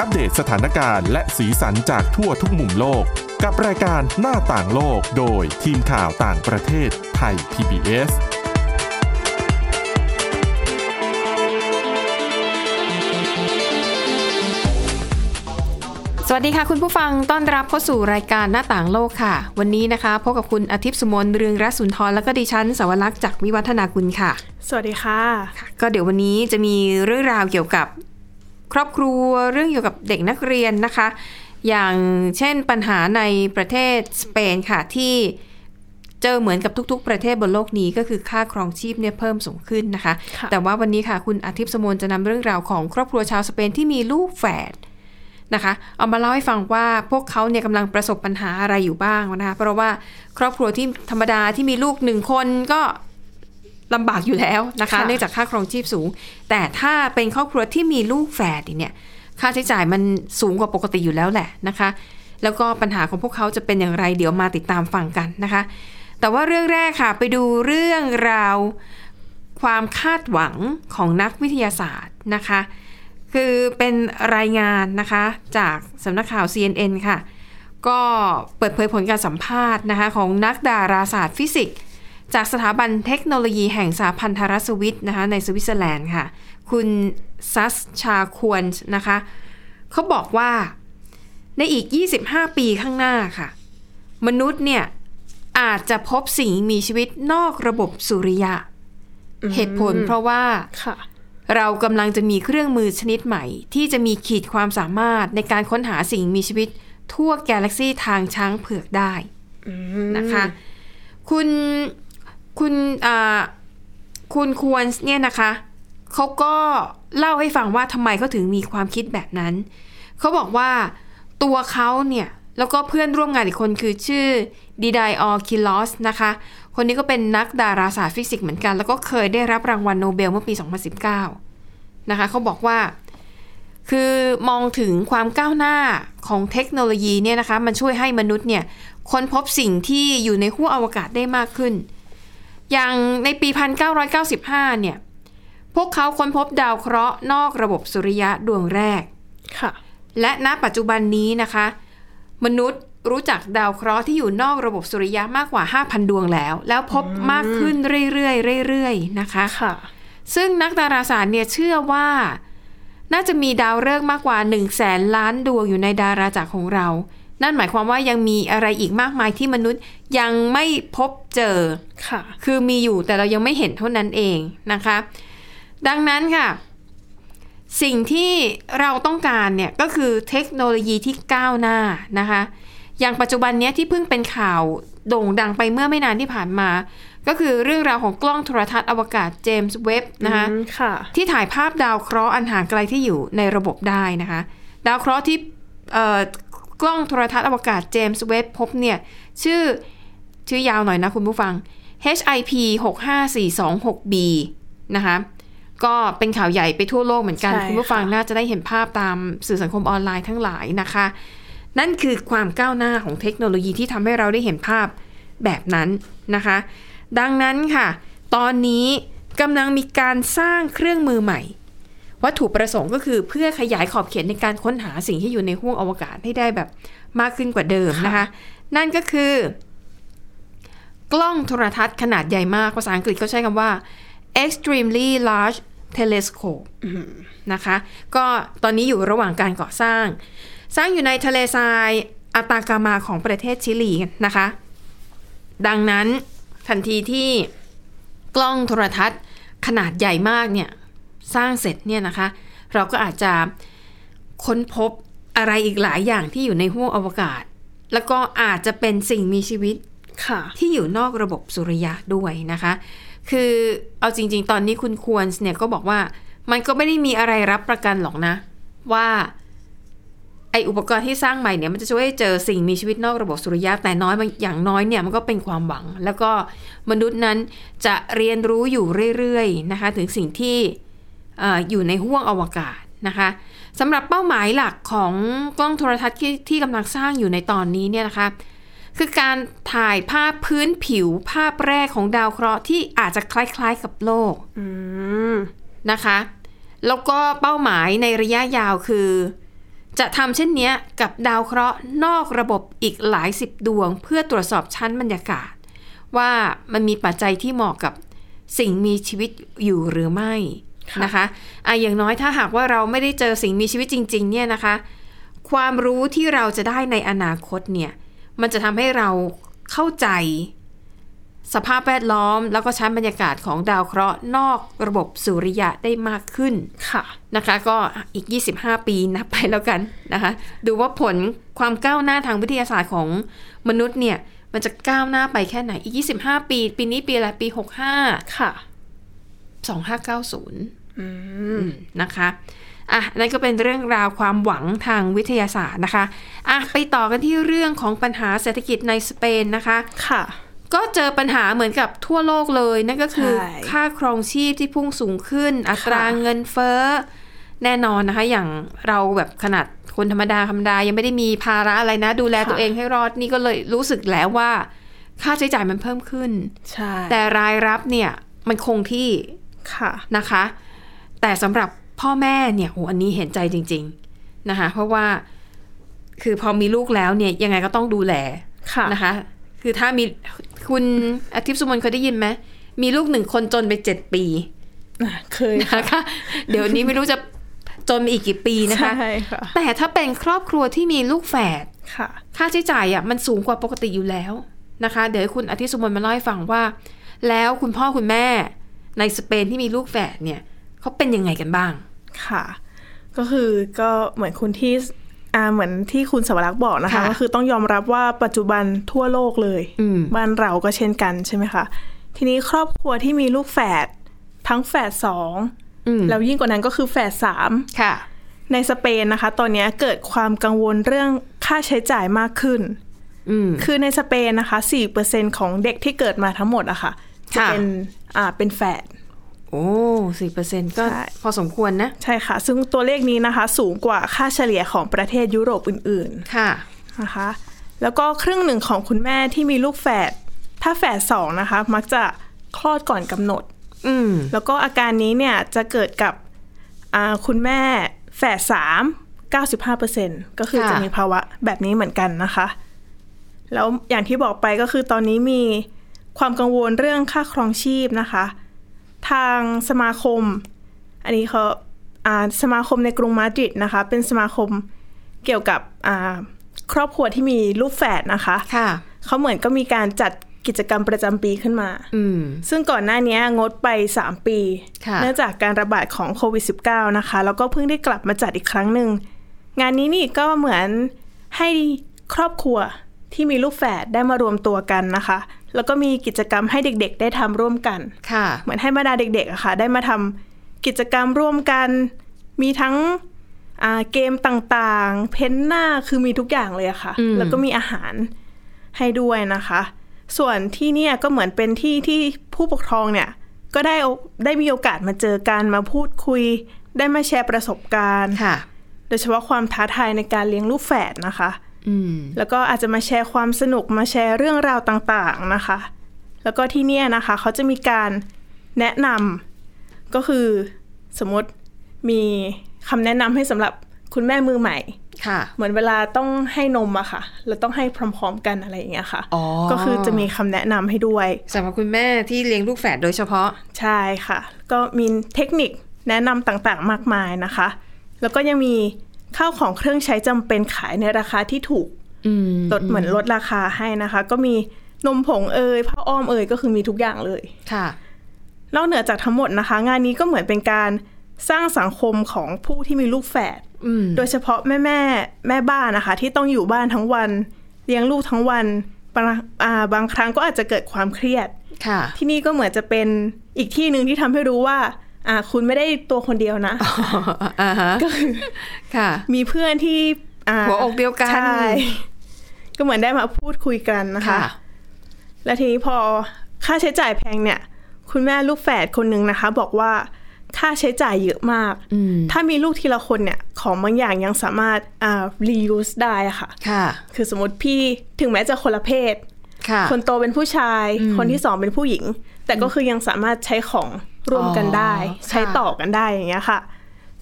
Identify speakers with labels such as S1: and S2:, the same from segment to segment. S1: อัปเดตสถานการณ์และสีสันจากทั่วทุกมุมโลก กับรายการหน้าต่างโลกโดยทีมข่าวต่างประเทศไทย PBS
S2: สวัสดีค่ะคุณผู้ฟังต้อนรับเข้าสู่รายการหน้าต่างโลกค่ะ วันนี้นะคะพบกับคุณอาทิตย์สุมนเรืองรัศนทรและก็ดิฉันสาวรักษ์จากวิวัฒนาคุณค่ะ
S3: สวัสดีค่ะ
S2: ก็เดี๋ยววันนี้จะมีเรื่องราวเกี่ยวกับครอบครัวเรื่องเกี่ยวกับเด็กนักเรียนนะคะ อย่างเช่นปัญหาในประเทศสเปนค่ะที่เจอเหมือนกับทุกๆ ประเทศบนโลกนี้ก็คือค่าครองชีพเนี่ยเพิ่มสูงขึ้นนะคะ
S3: ค่ะ
S2: แต่ว่าวันนี้ค่ะคุณอาทิตย์สมนจะนำเรื่องราวของครอบครัวชาวสเปนที่มีลูกแฝด นะคะเอามาเล่าให้ฟังว่าพวกเขาเนี่ยกำลังประสบปัญหาอะไรอยู่บ้างนะคะเพราะว่าครอบครัวที่ธรรมดาที่มีลูกหนึ่งคนก็ลำบากอยู่แล้วนะคะ
S3: ค่ะ
S2: เนื่องจากค่าครองชีพสูง แต่ถ้าเป็นครอบครัวที่มีลูกแฝดอีกเนี่ยค่าใช้จ่ายมันสูงกว่าปกติอยู่แล้วแหละนะคะ แล้วก็ปัญหาของพวกเขาจะเป็นอย่างไรเดี๋ยวมาติดตามฟังกันนะคะ แต่ว่าเรื่องแรกค่ะไปดูเรื่องราว ความคาดหวังของนักวิทยาศาสตร์นะคะ คือเป็นรายงานนะคะจากสำนักข่าว CNN ค่ะ ก็เปิดเผยผลการสัมภาษณ์นะคะของนักดาราศาสตร์ฟิสิกส์ จากสถาบันเทคโนโลยีแห่งสาพันธรัฐสวิตนะคะในสวิตเซอร์แลนด์ค่ะ คุณซัสชาควรนะคะเขาบอกว่าในอีก 25 ปีข้างหน้าค่ะ มนุษย์เนี่ยอาจจะพบสิ่งมีชีวิตนอกระบบสุริยะ เหตุผลเพราะว่า
S3: ค่ะ
S2: เรากำลังจะมีเครื่องมือชนิดใหม่ ที่จะมีขีดความสามารถในการค้นหาสิ่งมีชีวิต ทั่วกาแล็กซีทางช้างเผือกได้นะคะ คุณคุณอ่าคุณควรเนี่ยนะคะเขาก็เล่าให้ฟังว่าทำไมเขาถึงมีความคิดแบบนั้น เขาบอกว่าตัวเขาเนี่ย แล้วก็เพื่อนร่วมงานอีกคนคือชื่อดีไดออคิลอสนะคะ คนนี้ก็เป็นนักดาราศาสตร์ฟิสิกส์เหมือนกัน แล้วก็เคยได้รับรางวัลโนเบลเมื่อปี 2019 นะคะเขาบอกว่า คือมองถึงความก้าวหน้าของเทคโนโลยีเนี่ยนะคะ มันช่วยให้มนุษย์เนี่ยค้นพบสิ่งที่อยู่ในขั้วอวกาศได้มากขึ้น อย่างในปี 1995 เนี่ย พวกเขาค้นพบดาวเคราะห์นอกระบบสุริยะดวงแรก
S3: ค่ะ
S2: และณปัจจุบันนี้นะคะ มนุษย์รู้จักดาวเคราะห์ที่อยู่นอกระบบสุริยะมากกว่า 5,000 ดวงแล้ว แล้วพบมากขึ้นเรื่อยๆเรื่อยๆนะคะ
S3: ค่ะ
S2: ซึ่งนักดาราศาสตร์เนี่ยเชื่อว่า น่าจะมีดาวฤกษ์มากกว่า1นึ่งแสนล้านดวงอยู่ในดาราจักรของเรา นั่นหมายความว่ายังมีอะไรอีกมากมายที่มนุษย์ยังไม่พบเจอ
S3: ค่ะ
S2: คือมีอยู่แต่เรายังไม่เห็นเท่านั้นเองนะคะ ดังนั้นค่ะ สิ่งที่เราต้องการเนี่ยก็คือเทคโนโลยีที่ก้าวหน้านะคะ อย่างปัจจุบันเนี้ยที่เพิ่งเป็นข่าวโด่งดังไปเมื่อไม่นานที่ผ่านมา ก็คือเรื่องราวของกล้องโทรทัศน์อวกาศเจมส์เว็บนะคะ
S3: อืมค่ะ
S2: ที่ถ่ายภาพดาวเคราะห์อันห่างไกลที่อยู่ในระบบได้นะคะ ดาวเคราะห์ที่เอ่อกล้องโทรทัศน์อวกาศเจมส์เว็บพบเนี่ยชื่อชื่อยาวหน่อยนะคุณผู้ฟัง HIP 65426b นะคะก็เป็นข่าวใหญ่ไปทั่วโลกเหมือนกัน
S3: ใช่
S2: คุณผู้ฟัง
S3: ค่ะ
S2: น่าจะได้เห็นภาพตามสื่อสังคมออนไลน์ทั้งหลายนะคะ นั่นคือความก้าวหน้าของเทคโนโลยีที่ทำให้เราได้เห็นภาพแบบนั้นนะคะ ดังนั้นค่ะ ตอนนี้กำลังมีการสร้างเครื่องมือใหม่ วัตถุประสงค์ก็คือเพื่อขยายขอบเขตในการค้นหาสิ่งที่อยู่ในห้วงอวกาศให้ได้แบบมากขึ้นกว่าเดิมนะคะ นั่นก็คือ กล้องโทรทัศน์ขนาดใหญ่มาก ภาษาอังกฤษเขาใช้คำว่า extremely large telescope นะคะ ก็ตอนนี้อยู่ระหว่างการก่อสร้าง สร้างอยู่ในทะเลทรายอาตากามาของประเทศชิลีนะคะ ดังนั้นทันทีที่กล้องโทรทัศน์ขนาดใหญ่มากเนี่ย สร้างเสร็จเนี่ยนะคะ เราก็อาจจะค้นพบอะไรอีกหลายอย่างที่อยู่ในห้วงอวกาศ แล้วก็อาจจะเป็นสิ่งมีชีวิต
S3: ค่ะ
S2: ที่อยู่นอกระบบสุริยะด้วยนะคะ คือเอาจริง ๆ ตอนนี้คุณควรเนี่ยก็บอกว่ามันก็ไม่ได้มีอะไรรับประกันหรอกนะ ว่าไออุปกรณ์ที่สร้างใหม่เนี่ยมันจะช่วยให้เจอสิ่งมีชีวิตนอกระบบสุริยะแต่น้อยมันอย่างน้อยเนี่ยมันก็เป็นความหวัง แล้วก็มนุษย์นั้นจะเรียนรู้อยู่เรื่อยๆนะคะถึงสิ่งที่เอออยู่ในห้วงอวกาศนะคะสำหรับเป้าหมายหลักของกล้องโทรทัศน์ที่ที่กำลังสร้างอยู่ในตอนนี้เนี่ยนะคะ คือการถ่ายภาพพื้นผิวภาพแรกของดาวเคราะห์ที่อาจจะคล้าย ๆ กับโลก
S3: อืม
S2: นะคะ แล้วก็เป้าหมายในระยะยาวคือ จะทำเช่นเนี้ยกับดาวเคราะห์นอกระบบอีกหลายสิบดวง เพื่อตรวจสอบชั้นบรรยากาศ ว่ามันมีปัจจัยที่เหมาะกับสิ่งมีชีวิตอยู่หรือไม่
S3: ค่ะ
S2: นะคะอ่ะอย่างน้อยถ้าหากว่าเราไม่ได้เจอสิ่งมีชีวิตจริง ๆ เนี่ยนะคะ ความรู้ที่เราจะได้ในอนาคตเนี่ย มันจะทำให้เราเข้าใจ สภาพแวดล้อมแล้วก็ชั้นบรรยากาศของดาวเคราะห์นอกระบบสุริยะได้มากขึ้น
S3: ค่ะ
S2: นะคะก็อีก 25 ปีนับไปแล้วกันนะคะ ดูว่าผลความก้าวหน้าทางวิทยาศาสตร์ของมนุษย์เนี่ยมันจะก้าวหน้าไปแค่ไหนอีก 25 ปี ปีนี้ปีอะไรปี 65
S3: ค่ะ
S2: 2590
S3: อืม
S2: อืมนะคะอ่ะนั่นก็เป็นเรื่องราวความหวังทางวิทยาศาสตร์นะคะอ่ะไปต่อกันที่เรื่องของปัญหาเศรษฐกิจในสเปนนะคะ
S3: ค่ะ
S2: ก็เจอปัญหาเหมือนกับทั่วโลกเลย นั่นก็คือ
S3: ใช่
S2: ค่าครองชีพที่พุ่งสูงขึ้น อัตรา
S3: ค่ะ
S2: เงินเฟ้อ แน่นอนนะคะ อย่างเราแบบขนาดคนธรรมดาธรรมดายังไม่ได้มีภาระอะไรนะ ดูแลตัวเองให้รอดนี่ก็เลยรู้สึกแล้วว่า ค่าใช้จ่ายมันเพิ่มขึ้น
S3: ใช่
S2: แต่รายรับเนี่ยมันคงที่
S3: ค่ะ
S2: นะคะ แต่สำหรับพ่อแม่เนี่ยโหอันนี้เห็นใจจริง ๆนะคะ เพราะว่าคือพอมีลูกแล้วเนี่ยยังไงก็ต้องดูแล
S3: ค่ะ
S2: นะคะ คือถ้ามีคุณอาทิตย์สุมนต์เคยได้ยินไหม มีลูกหนึ่งคนจนไปเจ็ดปี
S3: เคย
S2: นะคะ เดี๋ยวนี้ไม่รู้จะจนไปอีกกี่ปีนะคะ
S3: ใช่ค่ะ
S2: แต่ถ้าเป็นครอบครัวที่มีลูกแฝด
S3: ค่ะ
S2: ค่าใช้จ่ายอ่ะมันสูงกว่าปกติอยู่แล้วนะคะ เดี๋ยวให้คุณอาทิตย์สุมนต์มาเล่าให้ฟังว่า แล้วคุณพ่อคุณแม่ในสเปนที่มีลูกแฝดเนี่ยเขาเป็นยังไงกันบ้าง
S3: ค่ะ ก็คือก็เหมือนคุณที่อ่าเหมือนที่คุณสวรักษ์บอกนะคะ
S2: ค่ะ
S3: ก็คือต้องยอมรับว่าปัจจุบันทั่วโลกเลย
S2: อืม
S3: บ้านเราก็เช่นกันใช่ไหมคะ ทีนี้ครอบครัวที่มีลูกแฝดทั้งแฝดสอง
S2: อืม
S3: แล้วยิ่งกว่านั้นก็คือแฝดสาม
S2: ค่ะ
S3: ในสเปนนะคะ ตอนนี้เกิดความกังวลเรื่องค่าใช้จ่ายมากขึ้น
S2: อืม
S3: คือในสเปนนะคะ4%ของเด็กที่เกิดมาทั้งหมดอะค่ะจะ
S2: ค่ะ
S3: เป็นอ่าเป็นแฝด
S2: โอ้สี่เปอร์เซ็นก็
S3: ใช่
S2: พอสมควรนะ
S3: ใช่ค่ะ ซึ่งตัวเลขนี้นะคะ สูงกว่าค่าเฉลี่ยของประเทศยุโรปอื่น
S2: ค่ะ
S3: ๆนะคะ แล้วก็ครึ่งหนึ่งของคุณแม่ที่มีลูกแฝดถ้าแฝดสองนะคะ มักจะคลอดก่อนกำหนด
S2: อืม
S3: แล้วก็อาการนี้เนี่ยจะเกิดกับอ่าคุณแม่แฝดสาม95%ก็คือ
S2: ค่ะ
S3: จะมีภาวะแบบนี้เหมือนกันนะคะ แล้วอย่างที่บอกไปก็คือตอนนี้มีความกังวลเรื่องค่าครองชีพนะคะ ทางสมาคม อันนี้เขาอ่าสมาคมในกรุงมาดริดนะคะ เป็นสมาคมเกี่ยวกับอ่าครอบครัวที่มีลูกแฝดนะคะ
S2: ค่ะ
S3: เขาเหมือนก็มีการจัดกิจกรรมประจำปีขึ้นมา
S2: อืม
S3: ซึ่งก่อนหน้านี้งดไป 3 ปี
S2: ค่ะ
S3: เนื่องจากการระบาดของโควิด -19 นะคะ แล้วก็เพิ่งได้กลับมาจัดอีกครั้งหนึ่ง งานนี้นี่ก็เหมือนให้ครอบครัวที่มีลูกแฝดได้มารวมตัวกันนะคะ แล้วก็มีกิจกรรมให้เด็กๆ ได้ทำร่วมกัน
S2: ค่ะ
S3: เหมือนให้บรรดาเด็กๆอะค่ะ ได้มาทำกิจกรรมร่วมกัน มีทั้งอ่าเกมต่างๆ เพ้นหน้าคือมีทุกอย่างเลยอะค่ะ
S2: อืม
S3: แล้วก็มีอาหารให้ด้วยนะคะ ส่วนที่เนี่ยก็เหมือนเป็นที่ที่ผู้ปกครองเนี่ย ก็ได้โอได้มีโอกาสมาเจอกันมาพูดคุย ได้มาแชร์ประสบการณ์
S2: ค่ะ
S3: โดยเฉพาะความท้าทายในการเลี้ยงลูกแฝดนะคะ
S2: อืม
S3: แล้วก็อาจจะมาแชร์ความสนุกมาแชร์เรื่องราวต่างๆนะคะ แล้วก็ที่เนี่ยนะคะเขาจะมีการแนะนำก็คือสมมติมีคำแนะนำให้สำหรับคุณแม่มือใหม่
S2: ค่ะ
S3: เหมือนเวลาต้องให้นมอะค่ะเราต้องให้พร้อมๆกันอะไรอย่างเงี้ยค่ะ
S2: อ๋อ
S3: ก็คือจะมีคำแนะนำให้ด้วย
S2: สำหรับคุณแม่ที่เลี้ยงลูกแฝดโดยเฉพาะ
S3: ใช่ค่ะ ก็มีเทคนิคแนะนำต่างๆ มากมายนะคะ แล้วก็ยังมีข้าวของเครื่องใช้จำเป็นขายในราคาที่ถูก
S2: อืม
S3: ลดเหมือนลดราคาให้นะคะ ก็มีนมผงเอยผ้าอ้อมเอยก็คือมีทุกอย่างเลย
S2: ค่ะ
S3: นอกเหนือจากทั้งหมดนะคะ งานนี้ก็เหมือนเป็นการสร้างสังคมของผู้ที่มีลูกแฝด
S2: อืม
S3: โดยเฉพาะแม่แม่แม่บ้านนะคะ ที่ต้องอยู่บ้านทั้งวัน เลี้ยงลูกทั้งวันบางอ่าบางครั้งก็อาจจะเกิดความเครียด
S2: ค่ะ
S3: ที่นี่ก็เหมือนจะเป็นอีกที่หนึ่งที่ทำให้รู้ว่าอ่า คุณไม่ได้ตัวคนเดียวนะ
S2: อ่าฮะ
S3: ก็คือ
S2: ค่ะ
S3: มีเพื่อนที่า
S2: หัวอกเดียวกัน
S3: ใช่ก็เหมือนได้มาพูดคุยกันนะคะ
S2: ค่ะ
S3: และทีนี้พอค่าใช้จ่ายแพงเนี่ย คุณแม่ลูกแฝดคนหนึ่งนะคะ บอกว่าค่าใช้จ่ายเยอะมาก
S2: อืม
S3: ถ้ามีลูกทีละคนเนี่ย ของบางอย่างยังสามารถอ่า reuse ได้อะค่ะ
S2: ค่ะ
S3: คือสมมติพี่ถึงแม้จะคนละเพศ
S2: ค่ะ
S3: คนโตเป็นผู้ชาย คนที่สองเป็นผู้หญิง แต่ก็คือยังสามารถใช้ของร่วมกันได้
S2: อ๋อค่ะ
S3: ใช้ต่อกันได้อย่างเงี้ยค่ะ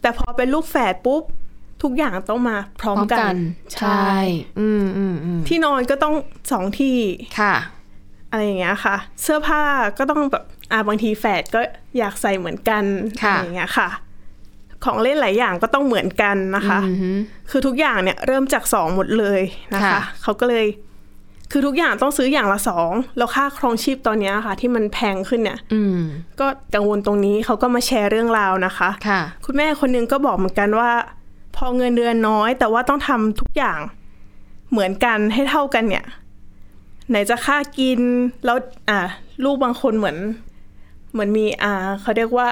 S3: แต่พอเป็นลูกแฝดปุ๊บ ทุกอย่างต้องมาพร้อมกัน
S2: ใช่ อืมอืมอืม
S3: ที่นอนก็ต้องสองที่
S2: ค่ะ
S3: อะไรอย่างเงี้ยค่ะ เสื้อผ้าก็ต้องแบบอ่าบางทีแฝดก็อยากใส่เหมือนกัน
S2: ค่ะ
S3: อะไรอย่างเงี้ยค่ะ ของเล่นหลายอย่างก็ต้องเหมือนกันนะคะ
S2: อือหือ
S3: คือทุกอย่างเนี่ยเริ่มจากสองหมดเลยนะคะ
S2: ค่ะ
S3: เขาก็เลย คือทุกอย่างต้องซื้ออย่างละสองแล้วค่าครองชีพตอนเนี้ยค่ะ ที่มันแพงขึ้นเนี่ย
S2: อืม
S3: ก็กังวลตรงนี้เขาก็มาแชร์เรื่องราวนะคะ
S2: ค่ะ
S3: คุณแม่คนหนึงก็บอกเหมือนกันว่า พอเงินเดือนน้อย แต่ว่าต้องทำทุกอย่างเหมือนกันให้เท่ากันเนี่ย ไหนจะค่ากินแล้วอ่าลูกบางคนเหมือน เหมือนมีอ่าเขาเรียกว่า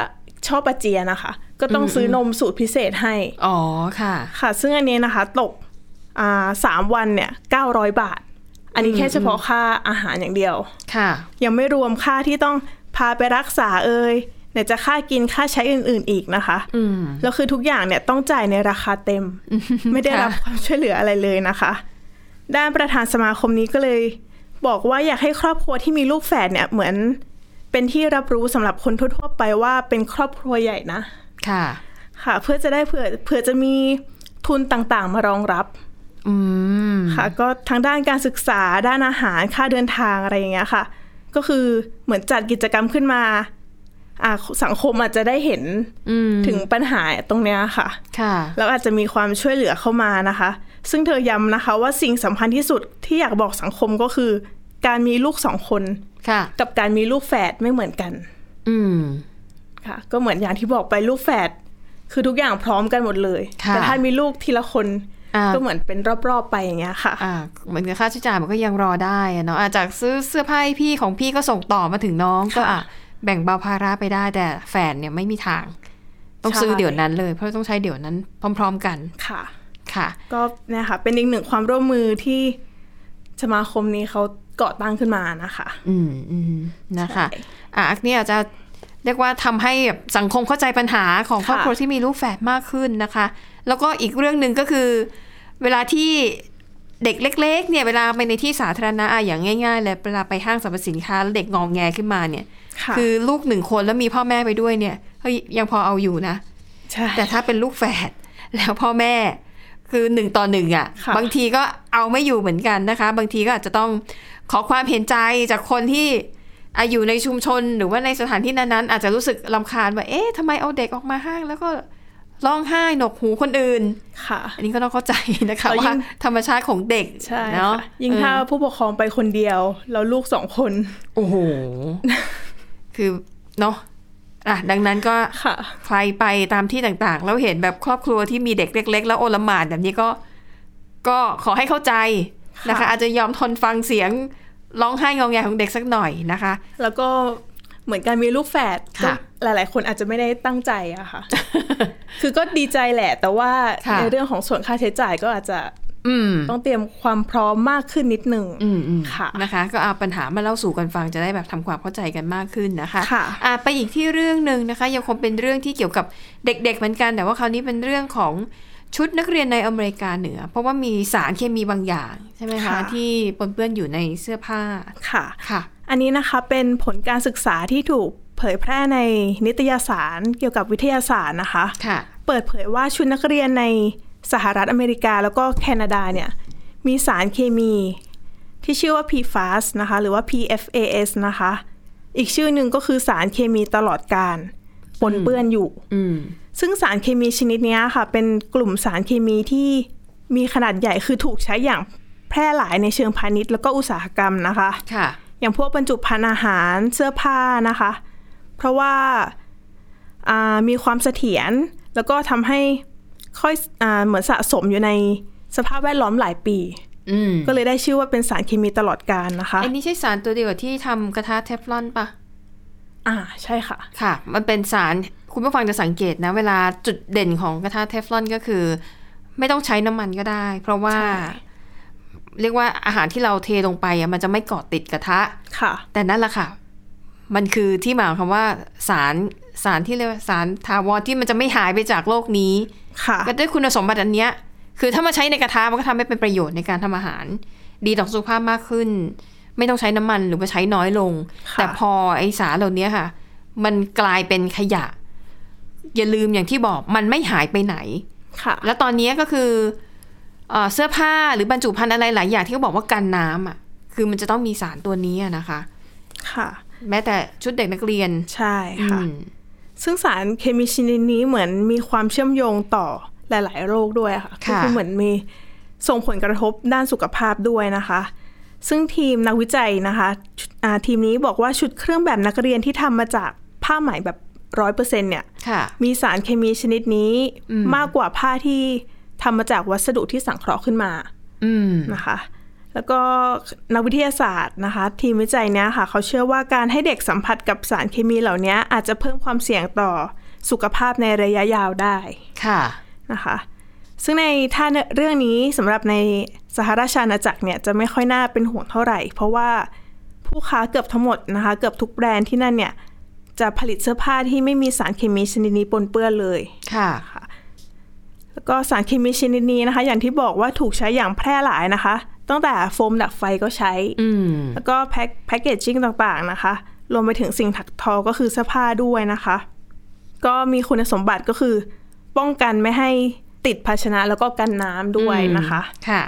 S3: ชอบอาเจียนนะคะ ก็ต้องซื้อนมสูตรพิเศษให้
S2: อ๋อค่ะ
S3: ค่ะ ซึ่งอันนี้นะคะ ตกอ่าสามวันเนี่ยเก้าร้อยบาท อันนี้แค่เฉพาะค่าอาหารอย่างเดียว
S2: ค่ะ
S3: ยังไม่รวมค่าที่ต้องพาไปรักษาเอ่ยไหนจะค่ากินค่าใช้อื่น ๆ อีกนะคะ
S2: อืม
S3: แล้วคือทุกอย่างเนี่ยต้องจ่ายในราคาเต็ ม ไม่ได้รับ
S2: ค่ะ
S3: ความช่วยเหลืออะไรเลยนะคะ ด้านประธานสมาคมนี้ก็เลย บอกว่าอยากให้ครอบครัวที่มีลูกแฝดเนี่ยเหมือน เป็นที่รับรู้สำหรับคนทั่วๆไปว่าเป็นครอบครัวใหญ่นะ
S2: ค่ะ
S3: ค่ะ เพื่อจะได้เผื่อเผื่อจะมีทุนต่างๆ มารองรับ
S2: อืม
S3: ค่ะก็ทางด้านการศึกษาด้านอาหารค่าเดินทางอะไรอย่างเงี้ยค่ะ ก็คือเหมือนจัดกิจกรรมขึ้นมาอ่าสังคมอาจจะได้เห็น
S2: อืม
S3: ถึงปัญหาตรงเนี้ยค่ะ
S2: ค่ะ
S3: แล้วอาจจะมีความช่วยเหลือเข้ามานะคะ ซึ่งเธอย้ำนะคะว่าสิ่งสำคัญที่สุดที่อยากบอกสังคมก็คือ การมีลูกสองคน
S2: ค่ะ
S3: กับการมีลูกแฝดไม่เหมือนกัน
S2: อืม
S3: ค่ะ ก็เหมือนอย่างที่บอกไปลูกแฝดคือทุกอย่างพร้อมกันหมดเลย
S2: ค่ะ
S3: แต่ถ้ามีลูกทีละคน
S2: อ่า
S3: ก็เหมือนเป็นรอบๆไปอย่างเงี้ยค่ะ
S2: อ่าเหมือนกับค่าใช้จ่ายมันก็ยังรอได้อะเนาะอาจากซื้อเสื้อผ้าให้พี่ของพี่ก็ส่งต่อมาถึงน้องก็อ่ะแบ่งเบาภาระไปได้แต่แฟนเนี่ยไม่มีทาง ต้อง
S3: ใช่
S2: ซื้อเดี๋ยวนั้นเลย เพราะต้องใช้เดี๋ยวนั้นพร้อม ๆกัน
S3: ค่ะ
S2: ค่ะ
S3: ก็เนยคะเป็นอีกหนึ่งความร่วมมือที่สมาคมนี้เขาก่อตั้งขึ้นมานะคะ
S2: อืมอืมนะคะอ่ะอันเนี่ยจะเรียกว่าทำให้แบบสังคมเข้าใจปัญหาของ
S3: ค่ะ
S2: ครอบครัวที่มีลูกแฝดมากขึ้นนะคะ แล้วก็อีกเรื่องหนึ่งก็คือ เวลาที่เด็กเล็ก ๆ เนี่ยเวลาไปในที่สาธารณะอ่ะอย่างง่ายๆเลยเวลาไปห้างสรรพสินค้าแล้วเด็กงองแงขึ้นมาเนี่ย
S3: ค่ะ
S2: คือลูกหนึ่งคนแล้วมีพ่อแม่ไปด้วยเนี่ยเฮ้ยยังพอเอาอยู่นะ
S3: ใช่
S2: แต่ถ้าเป็นลูกแฝด แล้วพ่อแม่คือหนึ่งต่อหนึ่งอ่ะ
S3: ค่ะ
S2: บางทีก็เอาไม่อยู่เหมือนกันนะคะ บางทีก็อาจจะต้องขอความเห็นใจจากคนที่อะอยู่ในชุมชนหรือว่าในสถานที่นั้นๆอาจจะรู้สึกลำคาญว่าเอ๊ะทำไมเอาเด็กออกมาห้าง แล้วก็ร้องไห้หนกหูคนอื่น
S3: ค่ะ
S2: อันนี้ก็ต้องเข้าใจนะคะ
S3: แล้วยิ่
S2: ว่าง ธรรมชาติของเด็ก
S3: ใช่
S2: เนาะ
S3: ค่ะยิ่งถ้า
S2: เออ
S3: ผู้ปกครองไปคนเดียวแล้วลูกสองคน
S2: โอ้โห คือ เนาะอ่ะ ดังนั้นก็
S3: ค่ะ
S2: ใครไปตามที่ต่างๆ แล้วเห็นแบบครอบครัวที่มีเด็กเล็ก ๆ แล้วโอลหมานแบบนี้ก็ ก็ขอให้เข้าใจนะคะ
S3: ค่ะ
S2: อาจจะยอมทนฟังเสียงร้องไห้งองแงของเด็กสักหน่อยนะคะ
S3: แล้วก็เหมือนการมีลูกแฝด
S2: ค่ะ
S3: ก็หลาย ๆ คนอาจจะไม่ได้ตั้งใจอะค่ะ คือก็ดีใจแหละ แต่ว่า
S2: ค่ะ
S3: ในเรื่องของส่วนค่าใช้จ่ายก็อาจจะ
S2: อืม
S3: ต้องเตรียมความพร้อมมากขึ้นนิดนึง
S2: อืมอืม
S3: ค่ะ
S2: นะคะ ก็เอาปัญหามาเล่าสู่กันฟังจะได้แบบทำความเข้าใจกันมากขึ้นนะคะ
S3: ค่ะ
S2: อ่ไปอีกที่เรื่องหนึ่งนะคะ ยังคงเป็นเรื่องที่เกี่ยวกับเด็ก ๆ เหมือนกัน แต่ว่าคราวนี้เป็นเรื่องของชุดนักเรียนในอเมริกาเหนือ เพราะว่ามีสารเคมีบางอย่างใช่ไหมคะ
S3: ค่ะ
S2: ที่ปนเปื้อนอยู่ในเสื้อผ้า
S3: ค่ะ
S2: ค่ะ
S3: อันนี้นะคะเป็นผลการศึกษาที่ถูกเผยแพร่ในนิตยสารเกี่ยวกับวิทยาศาสตร์นะคะ
S2: ค่ะ
S3: เปิดเผยว่าชุดนักเรียนในสหรัฐอเมริกาแล้วก็แคนาดาเนี่ยมีสารเคมีที่ชื่อว่า PFAS นะคะหรือว่า PFAS นะคะ อีกชื่อหนึ่งก็คือสารเคมีตลอดการปนเปื้อนอยู่
S2: อืม
S3: ซึ่งสารเคมีชนิดเนี้ยค่ะ เป็นกลุ่มสารเคมีที่มีขนาดใหญ่คือถูกใช้อย่างแพร่หลายในเชิงพาณิชย์แล้วก็อุตสาหกรรมนะคะ
S2: ค่ะ
S3: อย่างพวกบรรจุภัณฑ์อาหารเสื้อผ้านะคะ เพราะว่าอ่ามีความเสถียรแล้วก็ทำให้ค่อยอาเหมือนสะสมอยู่ในสภาพแวดล้อมหลายปี
S2: อืม
S3: ก็เลยได้ชื่อว่าเป็นสารเคมีตลอดกาลนะคะ
S2: อันนี้ใช่สารตัวเดียวกับที่ทำกระทะเทฟลอนปะ
S3: อ่าใช่ค่ะ
S2: ค่ะ มันเป็นสารคุณผู้ฟังจะสังเกตนะ เวลาจุดเด่นของกระทะเทฟลอนก็คือ ไม่ต้องใช้น้ำมันก็ได้ เพราะว่า
S3: ใช่
S2: เรียกว่าอาหารที่เราเทลงไปอะมันจะไม่เกาะติดกระทะ
S3: ค่ะ
S2: แต่นั่นแหละค่ะ มันคือที่มาของคำว่าสารสารที่เรียกว่าสารทาวรที่มันจะไม่หายไปจากโลกนี้
S3: ค่ะ
S2: ก็ด้วยคุณสมบัติอันเนี้ย คือถ้ามาใช้ในกระทะมันก็ทำให้เป็นประโยชน์ในการทำอาหาร ดีต่อสุขภาพมากขึ้น ไม่ต้องใช้น้ำมันหรือว่าใช้น้อยลง
S3: ค่ะ
S2: แต่พอไอสารเหล่าเนี้ยค่ะ มันกลายเป็นขยะ อย่าลืมอย่างที่บอกมันไม่หายไปไหน
S3: ค่ะ
S2: แล้วตอนนี้ก็คือเอ่อเสื้อผ้าหรือบรรจุภัณฑ์อะไรหลายอย่างที่เขาบอกว่ากันน้ำอ่ะคือมันจะต้องมีสารตัวนี้อะนะคะ
S3: ค่ะ
S2: แม้แต่ชุดเด็กนักเรียน
S3: ใช่ค่ะ
S2: อืม
S3: ซึ่งสารเคมีชนิดนี้เหมือนมีความเชื่อมโยงต่อหลาย ๆ โรคด้วยค่ะก็คือเหมือนมีส่งผลกระทบด้านสุขภาพด้วยนะคะ ซึ่งทีมนักวิจัยนะคะชุดอ่าทีมนี้บอกว่าชุดเครื่องแบบนักเรียนที่ทำมาจากผ้าไหมแบบร้อยเปอร์เซ็นเนี่ย
S2: ค่ะ
S3: มีสารเคมีชนิดนี้
S2: อืม
S3: มากกว่าผ้าที่ทำมาจากวัสดุที่สังเคราะห์ขึ้นมา
S2: อืม
S3: นะคะ แล้วก็นักวิทยาศาสตร์นะคะ ทีมวิจัยเนี้ยค่ะ เขาเชื่อว่าการให้เด็กสัมผัสกับสารเคมีเหล่านี้อาจจะเพิ่มความเสี่ยงต่อสุขภาพในระยะยาวได้
S2: ค่ะ
S3: นะคะ ซึ่งในถ้าเรื่องนี้สำหรับในสหราชอาณาจักรเนี่ยจะไม่ค่อยน่าเป็นห่วงเท่าไหร่ เพราะว่าผู้ค้าเกือบทั้งหมดนะคะ เกือบทุกแบรนด์ที่นั่นเนี่ยจะผลิตเสื้อผ้าที่ไม่มีสารเคมีชนิดนี้ปนเปื้อนเลย
S2: ค่ะ
S3: แล้วก็สารเคมีชนิดนี้นะคะ อย่างที่บอกว่าถูกใช้อย่างแพร่หลายนะคะ ตั้งแต่โฟมดักไฟก็ใช้
S2: อืม
S3: แล้วก็แพ็คแพ็กเกจจิ้งต่างๆนะคะ รวมไปถึงสิ่งถักทอก็คือเสื้อผ้าด้วยนะคะ ก็มีคุณสมบัติก็คือ ป้องกันไม่ให้ติดภาชนะแล้วก็กันน้ำด้วยนะคะ
S2: ค่ะ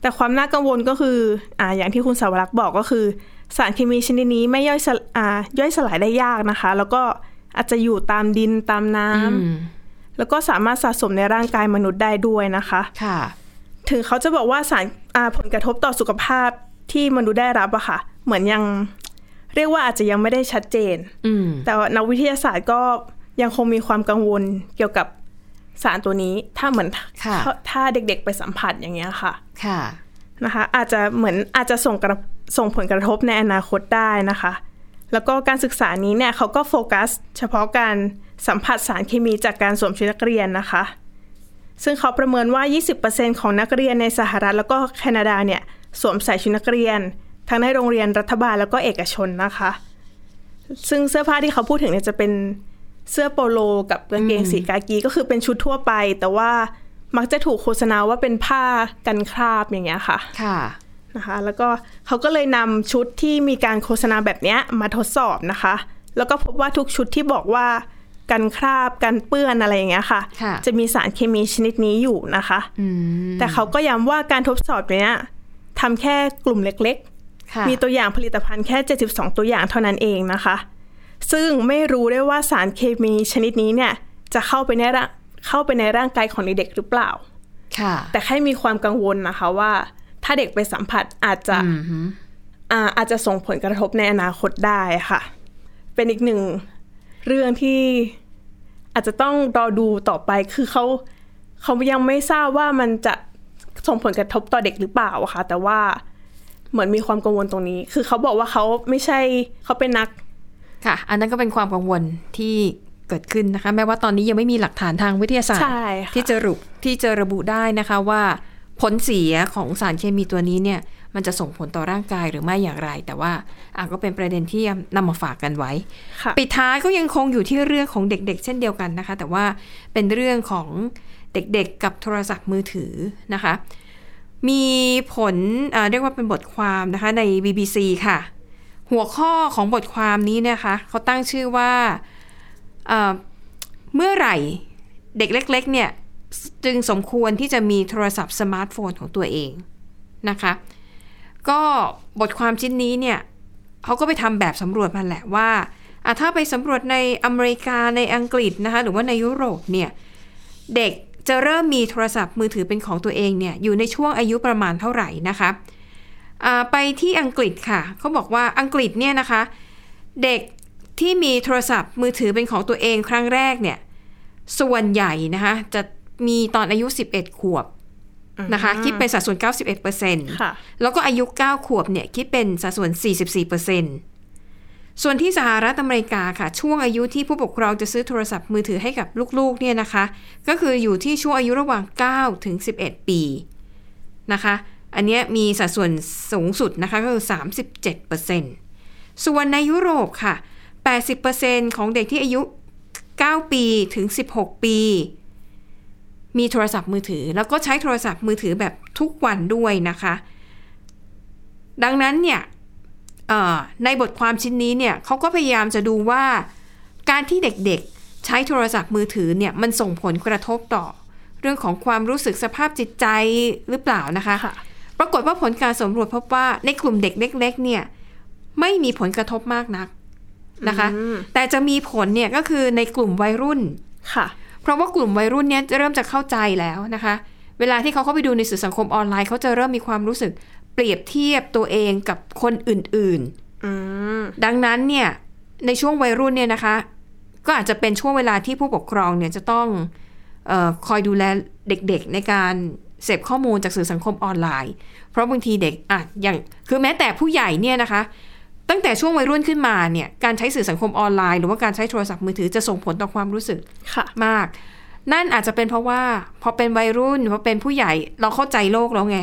S3: แต่ความน่ากังวลก็คืออ่าอย่างที่คุณสาวรักษ์บอกก็คือ สารเคมีชนิดนี้ไม่ย่อยสลอ่าย่อยสลายได้ยากนะคะ แล้วก็อาจจะอยู่ตามดินตามน้ำ
S2: อืม
S3: แล้วก็สามารถสะสมในร่างกายมนุษย์ได้ด้วยนะคะ
S2: ค่ะ
S3: ถึงเขาจะบอกว่าสารอ่าผลกระทบต่อสุขภาพที่มนุษย์ได้รับอะค่ะ เหมือนยัง เรียกว่าอาจจะยังไม่ได้ชัดเจน
S2: อืม
S3: แต่ว่านักวิทยาศาสตร์ก็ยังคงมีความกังวลเกี่ยวกับสารตัวนี้ ถ้าเหมือน
S2: ค่ะ
S3: ถ้าถ้าเด็กๆไปสัมผัสอย่างเงี้ยค่ะ
S2: ค่ะ
S3: นะคะ อาจจะเหมือนอาจจะส่งกระส่งผลกระทบในอนาคตได้นะคะ แล้วก็การศึกษานี้เนี่ยเขาก็โฟกัส เฉพาะการสัมผัสสารเคมีจากการสวมชุดนักเรียนนะคะ ซึ่งเขาประเมินว่า 20%ของนักเรียนในสหรัฐแล้วก็แคนาดาเนี่ยสวมใส่ชุดนักเรียน ทั้งในโรงเรียนรัฐบาลแล้วก็เอกชนนะคะ ซึ่งเสื้อผ้าที่เขาพูดถึงเนี่ยจะเป็นเสื้อโปโลกับกางเกงสีกากีก็คือเป็นชุดทั่วไป แต่ว่ามักจะถูกโฆษณาว่าเป็นผ้ากันคราบอย่างเงี้ยค่ะ
S2: ค่ะ
S3: นะคะแล้วก็เขาก็เลยนำชุดที่มีการโฆษณาแบบเนี้ยมาทดสอบนะคะ แล้วก็พบว่าทุกชุดที่บอกว่ากันคราบกันเปื้อนอะไรอย่างเงี้ยค่ะ
S2: ค่ะ
S3: จะมีสารเคมีชนิดนี้อยู่นะคะ
S2: อืม
S3: แต่เขาก็ย้ำว่าการทดสอบเนี้ยทำแค่กลุ่มเล็ก
S2: ค่ะ
S3: ๆ มีตัวอย่างผลิตภัณฑ์แค่ 72 ตัวอย่างเท่านั้นเองนะคะ ซึ่งไม่รู้ได้ว่าสารเคมีชนิดนี้เนี่ยจะเข้าไปในร่างเข้าไปในร่างกายของเด็กๆหรือเปล่า
S2: ค่ะ
S3: แต่แค่มีความกังวลนะคะว่าถ้าเด็กไปสัมผัสอาจจะ
S2: อืมฮึ
S3: อ่าอาจจะส่งผลกระทบในอนาคตได้ค่ะ เป็นอีกหนึ่งเรื่องที่อาจจะต้องรอดูต่อไปคือเขาเขายังไม่ทราบว่ามันจะส่งผลกระทบต่อเด็กหรือเปล่าอะค่ะ แต่ว่าเหมือนมีความกังวลตรงนี้ คือเขาบอกว่าเขาไม่ใช่เขาเป็นนัก
S2: ค่ะ อันนั้นก็เป็นความกังวลที่เกิดขึ้นนะคะ แม้ว่าตอนนี้ยังไม่มีหลักฐานทางวิทยาศาสตร์
S3: ใช่ค่ะ
S2: ที่จะรุที่จะระบุได้นะคะว่าผลเสียของสารเคมีตัวนี้เนี่ย มันจะส่งผลต่อร่างกายหรือไม่อย่างไร แต่ว่าอ่ะก็เป็นประเด็นที่นำมาฝากกันไว้
S3: ค่ะ
S2: ปิดท้ายก็ยังคงอยู่ที่เรื่องของเด็กๆ เช่นเดียวกันนะคะ แต่ว่าเป็นเรื่องของเด็กๆ กับโทรศัพท์มือถือนะคะ มีผลเอ่อเรียกว่าเป็นบทความนะคะใน BBC ค่ะ หัวข้อของบทความนี้นะคะเขาตั้งชื่อว่าเอ่อเมื่อไหร่เด็กเล็กๆเนี่ยจึงสมควรที่จะมีโทรศัพท์สมาร์ทโฟนของตัวเองนะคะ ก็บทความชิ้นนี้เนี่ย เขาก็ไปทำแบบสำรวจมาแหละว่าอ่ะถ้าไปสำรวจในอเมริกาในอังกฤษนะคะ หรือว่าในยุโรปเนี่ย เด็กจะเริ่มมีโทรศัพท์มือถือเป็นของตัวเองเนี่ย อยู่ในช่วงอายุประมาณเท่าไหร่นะคะอ่าไปที่อังกฤษค่ะเขาบอกว่าอังกฤษเนี่ยนะคะ เด็กที่มีโทรศัพท์มือถือเป็นของตัวเองครั้งแรกเนี่ย ส่วนใหญ่นะคะ จะมีตอนอายุ 11 ขวบนะคะ คิดเป็นสัดส่วน 91%
S3: ค่ะ
S2: แล้วก็อายุ 9 ขวบเนี่ยคิดเป็นสัดส่วน 44%ส่วนที่สหรัฐอเมริกาค่ะ ช่วงอายุที่ผู้ปกครองจะซื้อโทรศัพท์มือถือให้กับลูกๆเนี่ยนะคะ ก็คืออยู่ที่ช่วงอายุระหว่าง 9 ถึง 11 ปีนะคะ อันเนี้ยมีสัดส่วนสูงสุดนะคะก็คือ 37%ส่วนในยุโรปค่ะ 80%ของเด็กที่อายุ 9 ปีถึง 16 ปี มีโทรศัพท์มือถือ แล้วก็ใช้โทรศัพท์มือถือแบบทุกวันด้วยนะคะ ดังนั้นเนี่ยเอ่อในบทความชิ้นนี้เนี่ยเขาก็พยายามจะดูว่า การที่เด็กๆ ใช้โทรศัพท์มือถือเนี่ยมันส่งผลกระทบต่อ เรื่องของความรู้สึกสภาพจิตใจหรือเปล่านะคะ
S3: ค่ะ
S2: ปรากฏว่าผลการสำรวจพบว่าในกลุ่มเด็กเล็ก ๆ เนี่ยไม่มีผลกระทบมากนักนะคะ
S3: อืม
S2: แต่จะมีผลเนี่ยก็คือในกลุ่มวัยรุ่น
S3: ค่ะ
S2: เพราะว่ากลุ่มวัยรุ่นเนี่ยเริ่มจะเข้าใจแล้วนะคะ เวลาที่เขาเข้าไปดูในสื่อสังคมออนไลน์เขาจะเริ่มมีความรู้สึกเปรียบเทียบตัวเองกับคนอื่น ๆ
S3: อืม
S2: ดังนั้นเนี่ยในช่วงวัยรุ่นเนี่ยนะคะ ก็อาจจะเป็นช่วงเวลาที่ผู้ปกครองเนี่ยจะต้องเออคอยดูแลเด็กๆในการเสพข้อมูลจากสื่อสังคมออนไลน์ เพราะบางทีเด็กอ่ะอย่างคือแม้แต่ผู้ใหญ่เนี่ยนะคะ ตั้งแต่ช่วงวัยรุ่นขึ้นมาเนี่ยการใช้สื่อสังคมออนไลน์ หรือว่าการใช้โทรศัพท์มือถือจะส่งผลต่อความรู้สึก
S3: ค่ะ
S2: มาก นั่นอาจจะเป็นเพราะว่าพอเป็นวัยรุ่นพอเป็นผู้ใหญ่เราเข้าใจโลกแล้วไง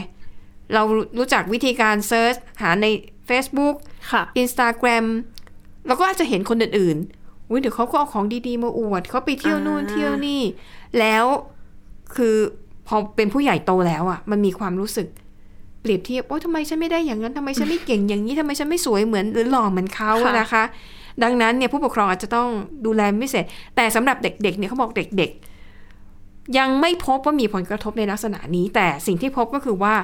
S2: เรารู้จักวิธีการเซิร์ชหาใน Facebook
S3: ค่ะ
S2: อินสตาแกรมเราก็อาจจะเห็นคนอื่นๆอุ้ยเดี๋ยวเขาก็เอาของดีๆมาอวดเขาไปเที่ยวนู่น
S3: อ่า
S2: เที่ยวนี่ แล้วคือพอเป็นผู้ใหญ่โตแล้วอะ่ะ มันมีความรู้สึก เปรียบเทียบโอ้ทำไมฉันไม่ได้อย่างนั้นทำไมฉันไม่เก่งอย่างนี้ทำไมฉันไม่สวยเหมือนหรือหล่อเหมือนเขาอะนะคะ ดังนั้นเนี่ยผู้ปกครองอาจจะต้องดูแลไม่เสร็จ แต่สำหรับเด็กๆเนี่ยเขาบอกเด็กๆ ยังไม่พบว่ามีผลกระทบในลักษณะนี้ แต่สิ่งที่พบก็คือว่า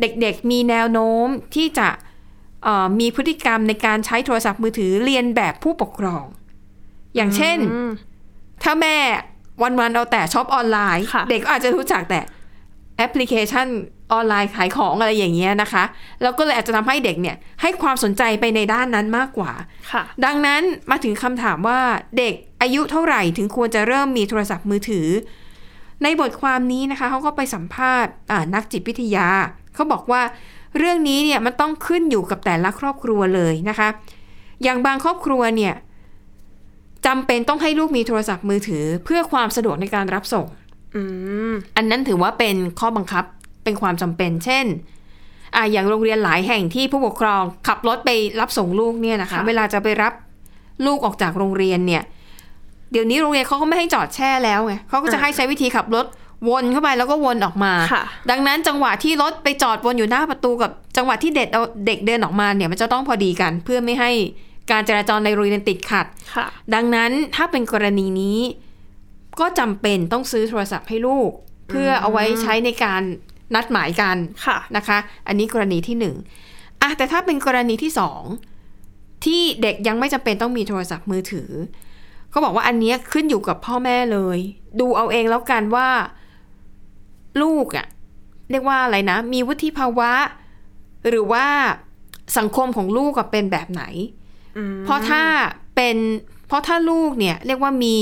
S2: เด็กๆมีแนวโน้มที่จะ เอ่อมีพฤติกรรมในการใช้โทรศัพท์มือถือเรียนแบบผู้ปกครอง อย่างเช่น
S3: อืม
S2: ถ้าแม่วันๆเอาแต่ช็อปออนไลน์
S3: ค่ะ
S2: เด็กก็อาจจะรู้จักแต่แอปพลิเคชันออนไลน์ขายของอะไรอย่างเงี้ยนะคะ แล้วก็เลยอาจจะทำให้เด็กเนี่ยให้ความสนใจไปในด้านนั้นมากกว่า
S3: ค่ะ
S2: ดังนั้นมาถึงคำถามว่าเด็กอายุเท่าไหร่ถึงควรจะเริ่มมีโทรศัพท์มือถือ ในบทความนี้นะคะเขาก็ไปสัมภาษณ์อ่านักจิตวิทยา เขาบอกว่าเรื่องนี้เนี่ยมันต้องขึ้นอยู่กับแต่ละครอบครัวเลยนะคะ อย่างบางครอบครัวเนี่ยจำเป็นต้องให้ลูกมีโทรศัพท์มือถือ เพื่อความสะดวกในการรับส่ง
S3: อืม
S2: อันนั้นถือว่าเป็นข้อบังคับเป็นความจำเป็น เช่นอ่ะอย่างโรงเรียนหลายแห่งที่ผู้ปกครองขับรถไปรับส่งลูกเนี่ยนะคะ
S3: ค่ะ
S2: เวลาจะไปรับลูกออกจากโรงเรียนเนี่ย เดี๋ยวนี้โรงเรียนเขาก็ไม่ให้จอดแช่แล้วไงเขาก็จะให้ใช้วิธีขับรถวนเข้าไปแล้วก็วนออกมา
S3: ค่ะ
S2: ดังนั้นจังหวะที่รถไปจอดวนอยู่หน้าประตูกับจังหวะที่เด็กเอาเด็กเดินออกมาเนี่ยมันจะต้องพอดีกัน เพื่อไม่ให้การจราจรในโรงเรียนติดขัด
S3: ค่ะ
S2: ดังนั้นถ้าเป็นกรณีนี้ก็จำเป็นต้องซื้อโทรศัพท์ให้ลูก เพื่อเอาไว้ใช้ในการนัดหมายกัน
S3: ค่ะ
S2: นะคะ อันนี้กรณีที่หนึ่งอะแต่ถ้าเป็นกรณีที่สองที่เด็กยังไม่จำเป็นต้องมีโทรศัพท์มือถือ เขาบอกว่าอันเนี้ยขึ้นอยู่กับพ่อแม่เลย ดูเอาเองแล้วกันว่าลูกอะเรียกว่าอะไรนะ มีวุฒิภาวะ หรือว่าสังคมของลูกอะเป็นแบบไหน
S3: อืม
S2: เพราะถ้าเป็นเพราะถ้าลูกเนี่ยเรียกว่ามี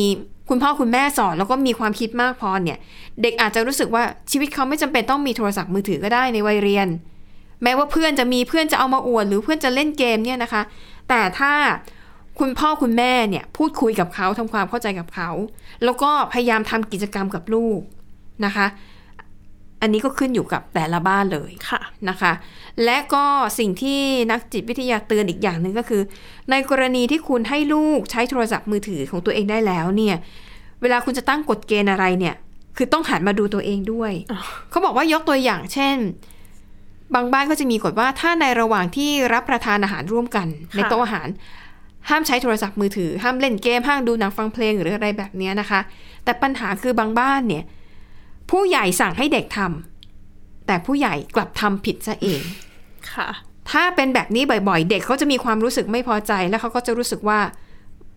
S2: คุณพ่อคุณแม่สอน แล้วก็มีความคิดมากพอเนี่ย เด็กอาจจะรู้สึกว่าชีวิตเขาไม่จำเป็นต้องมีโทรศัพท์มือถือก็ได้ในวัยเรียน แม้ว่าเพื่อนจะมีเพื่อนจะเอามาอวดหรือเพื่อนจะเล่นเกมเนี่ยนะคะ แต่ถ้าคุณพ่อคุณแม่เนี่ยพูดคุยกับเขาทำความเข้าใจกับเขา แล้วก็พยายามทำกิจกรรมกับลูกนะคะ อันนี้ก็ขึ้นอยู่กับแต่ละบ้านเลย
S3: ค่ะ
S2: นะคะและก็สิ่งที่นักจิตวิทยาเตือนอีกอย่างหนึ่งก็คือ ในกรณีที่คุณให้ลูกใช้โทรศัพท์มือถือของตัวเองได้แล้วเนี่ยเวลาคุณจะตั้งกฎเกณฑ์อะไรเนี่ยคือต้องหันมาดูตัวเองด้วย
S3: อ๋อ
S2: เขาบอกว่ายกตัวอย่างเช่น บางบ้านก็จะมีกฎว่าถ้าในระหว่างที่รับประทานอาหารร่วมกัน ในโต๊ะอาหาร ห้ามใช้โทรศัพท์มือถือ ห้ามเล่นเกมห้ามดูหนังฟังเพลงหรืออะไรแบบเนี้ยนะคะ แต่ปัญหาคือบางบ้านเนี่ยผู้ใหญ่สั่งให้เด็กทำแต่ผู้ใหญ่กลับทำผิดซะเอง
S3: ค่ะ
S2: ถ้าเป็นแบบนี้บ่อยๆ เด็กเขาจะมีความรู้สึกไม่พอใจ แล้วเขาก็จะรู้สึกว่า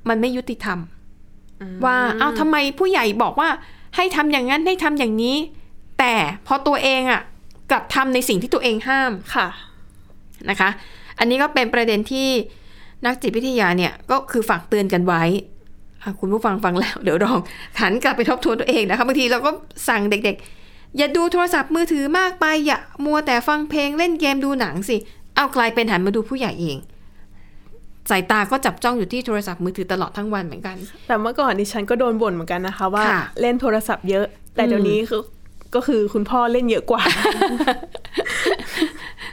S2: มันไม่ยุติธรรม ว่าเอ้าทำไมผู้ใหญ่บอกว่าให้ทำอย่างนั้นให้ทำอย่างนี้ แต่พอตัวเองอะกลับทำในสิ่งที่ตัวเองห้าม
S3: ค่ะ
S2: นะคะ อันนี้ก็เป็นประเด็นที่นักจิตวิทยาเนี่ยก็คือฝากเตือนกันไว้อ่ะคุณผู้ฟังฟังแล้ว เดี๋ยวลองหันกลับไปทบทวนตัวเองนะคะบางทีเราก็สั่งเด็กๆ อย่าดูโทรศัพท์มือถือมากไปอย่ามัวแต่ฟังเพลงเล่นเกมดูหนังสิ เอากลายเป็นหันมาดูผู้ใหญ่เองสายตาก็จับจ้องอยู่ที่โทรศัพท์มือถือตลอดทั้งวันเหมือนกัน
S3: แต่เมื่อก่อนดิฉันก็โดนบ่นเหมือนกันนะคะ ว่า
S2: ค่ะ
S3: เล่นโทรศัพท์เยอะ แต่
S2: อืม
S3: เดี๋ยวนี้คือก็คือคุณพ่อเล่นเยอะ กว่า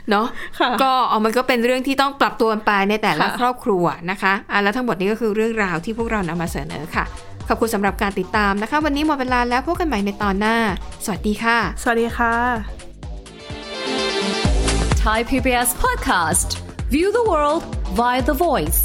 S2: เนาะ
S3: ค่ะ
S2: ก็เอามันก็เป็นเรื่องที่ต้องปรับตัวกันไปในแต่ละ
S3: ค่ะ
S2: ครอบครัวนะคะอ่ะแล้วทั้งหมดนี้ก็คือเรื่องราวที่พวกเรานำมาเสนอค่ะ ขอบคุณสำหรับการติดตามนะคะ วันนี้หมดเวลาแล้วพบกันใหม่ในตอนหน้า สวัสดีค่ะ
S3: สวัสดีค่ะ
S4: Thai PBS podcast. View the world via the voice.